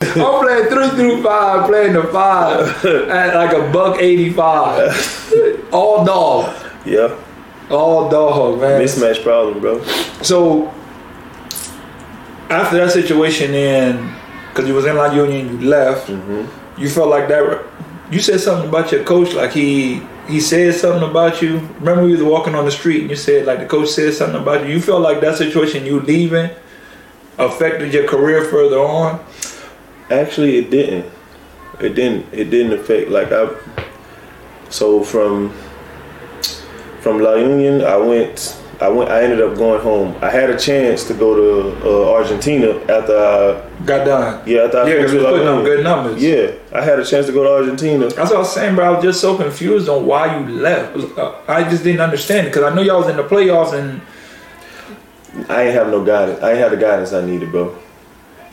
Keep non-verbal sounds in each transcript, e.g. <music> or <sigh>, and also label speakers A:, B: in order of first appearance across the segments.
A: <laughs> I'm playing three through five, playing the <laughs> five at like a buck <laughs> eighty-five. All dog,
B: Yeah,
A: all dog, man.
B: mismatch problem, bro.
A: So after that situation, then because you was in La Union, you left. You felt like that. You said something about your coach, like he he said something about you. Remember, we was walking on the street, and you said like the coach said something about you. You felt like that situation, you leaving, affected your career further on.
B: Actually, it didn't. It didn't. It didn't affect. Like I. So from from La Union, I went. I went. I ended up going home. I had a chance to go to uh, Argentina after. I,
A: Got done.
B: yeah, after I
A: Yeah, because
B: finished
A: we
B: with
A: putting
B: La
A: up
B: Union.
A: good numbers.
B: Yeah, I had a chance to go to Argentina.
A: That's what I was saying, bro. I was just so confused on why you left. Uh, I just didn't understand because I know y'all was in the playoffs and
B: I ain't have no guidance. I ain't had the guidance I needed, bro.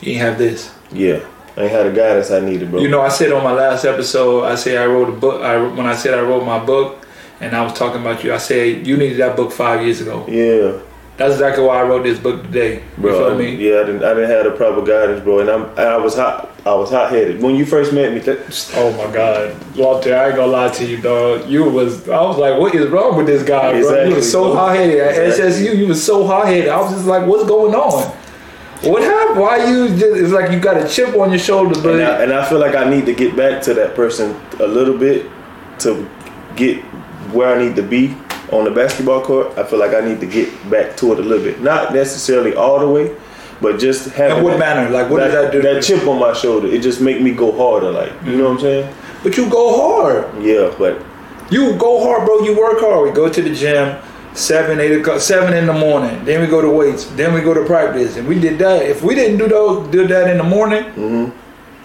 A: you didn't have this.
B: Yeah, I ain't had the guidance I needed, bro.
A: You know, I said on my last episode, I said I wrote a book. I when I said I wrote my book, and I was talking about you. I said you needed that book five years ago.
B: yeah.
A: That's exactly why I wrote this book today. you
B: Bro,
A: feel
B: I-
A: me?
B: yeah, I didn't, I didn't have the proper guidance, bro, and I'm, and I was hot, I was hot headed. When you first met me, that,
A: Oh my God, Walter! I ain't gonna lie to you, dog. You was I was like, what is wrong with this guy, bro? You
B: Exactly,
A: was so
B: bro.
A: hot headed at
B: Exactly.
A: SSU. You was so hot headed. I was just like, what's going on? What happened? Why you just? It's like you got a chip on your shoulder, but
B: and I, and I feel like I need to get back to that person a little bit to get where I need to be on the basketball court. I feel like I need to get back to it a little bit, not necessarily all the way, but just having.
A: in what
B: that-
A: manner? Like, what did I
B: that,
A: do?
B: that chip on my shoulder, it just make me go harder. Like, you know what I'm saying?
A: But you go hard.
B: Yeah, but
A: You go hard, bro. You work hard. We go to the gym, seven, eight o'clock, seven in the morning. Then we go to weights. Then we go to practice. And we did that. If we didn't do those, do that in the morning,
B: Mm-hmm.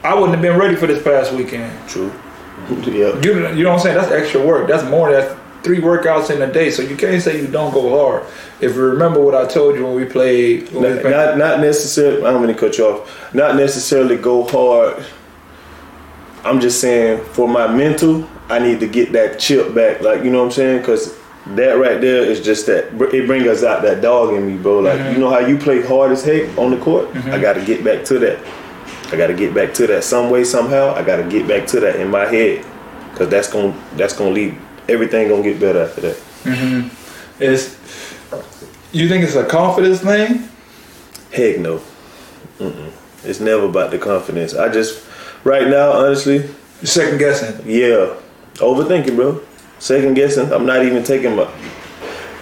A: I wouldn't have been ready for this past weekend.
B: true. <laughs> yeah.
A: You, you know what I'm saying? That's extra work. That's more. That's three workouts in a day. So you can't say you don't go hard. If you remember what I told you when we played, when we
B: not,
A: played-
B: not not necessarily. I'm gonna cut you off. Not necessarily go hard. I'm just saying for my mental, I need to get that chip back. Like you know what I'm saying? Because that right there is just that. br- It brings us out that dog in me, bro. Like you know how you play hard as heck on the court. I got to get back to that. I got to get back to that some way somehow. I got to get back to that in my head because that's gonna that's gonna lead everything gonna get better after that.
A: it's. You think it's a confidence thing?
B: Heck no. Mm-mm. It's never about the confidence. I just, right now, honestly,
A: You're second guessing.
B: yeah, overthinking, bro. Second guessing. I'm not even taking my.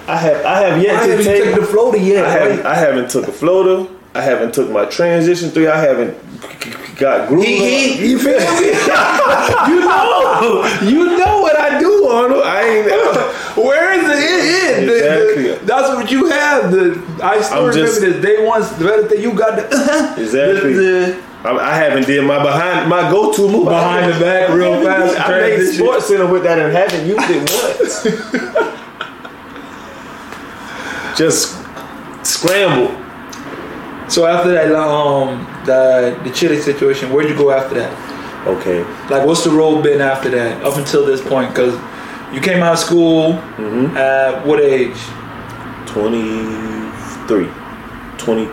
B: I have I have yet
A: I
B: to
A: haven't
B: take.
A: taken the floater yet.
B: I haven't I haven't took a floater. I haven't took my transition three. I haven't g- g- got groove.
A: He- he- you feel me? <laughs>
B: you know, you know what I do, Arnold. I
A: <laughs>
B: ain't.
A: Where is it? it, it the-
B: Exactly.
A: the- that's what you have. The I still
B: I'm
A: remember
B: just-
A: this day once. The better thing you got <laughs> the
B: Exactly.
A: the- the-
B: I, I haven't did my behind my go to move
A: Behind the back, real fast
B: <laughs> I made
A: transition.
B: Sports Center with that and haven't used it
A: <laughs>
B: once. Just scrambled.
A: So after that, um, the the Chile situation, where'd you go after that?
B: Okay.
A: Like, what's the road been after that up until this point? Because you came out of school
B: Mm-hmm.
A: at what age?
B: 23, 20,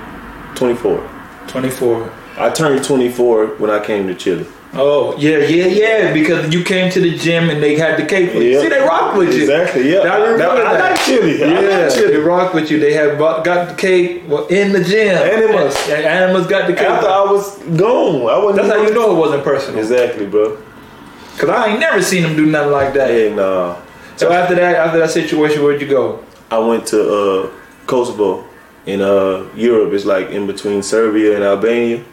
B: 24.
A: Twenty four.
B: I turned 24 when I came to Chile.
A: Oh yeah, yeah, yeah! Because you came to the gym and they had the cake. for you.
B: Yeah.
A: See, they rock with you.
B: Exactly, yeah.
A: I remember
B: That- I
A: that.
B: like chili. I
A: Yeah,
B: like chili. <laughs>
A: they rock with you. They have bought, got the cake well, in the gym.
B: Animals.
A: Yeah, animals got the cake.
B: After I was gone, I wasn't.
A: That's how you know it wasn't personal.
B: Exactly, bro.
A: Cause I ain't never seen them do nothing like that.
B: Hey, nah.
A: So after that, after that situation, where'd you go?
B: I went to uh, Kosovo in uh, Europe. It's like in between Serbia and Albania.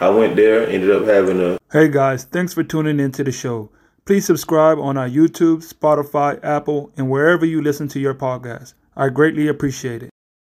B: I went there, ended up having a
C: Hey guys, thanks for tuning into the show. Please subscribe on our YouTube, Spotify, Apple, and wherever you listen to your podcast. I greatly appreciate it.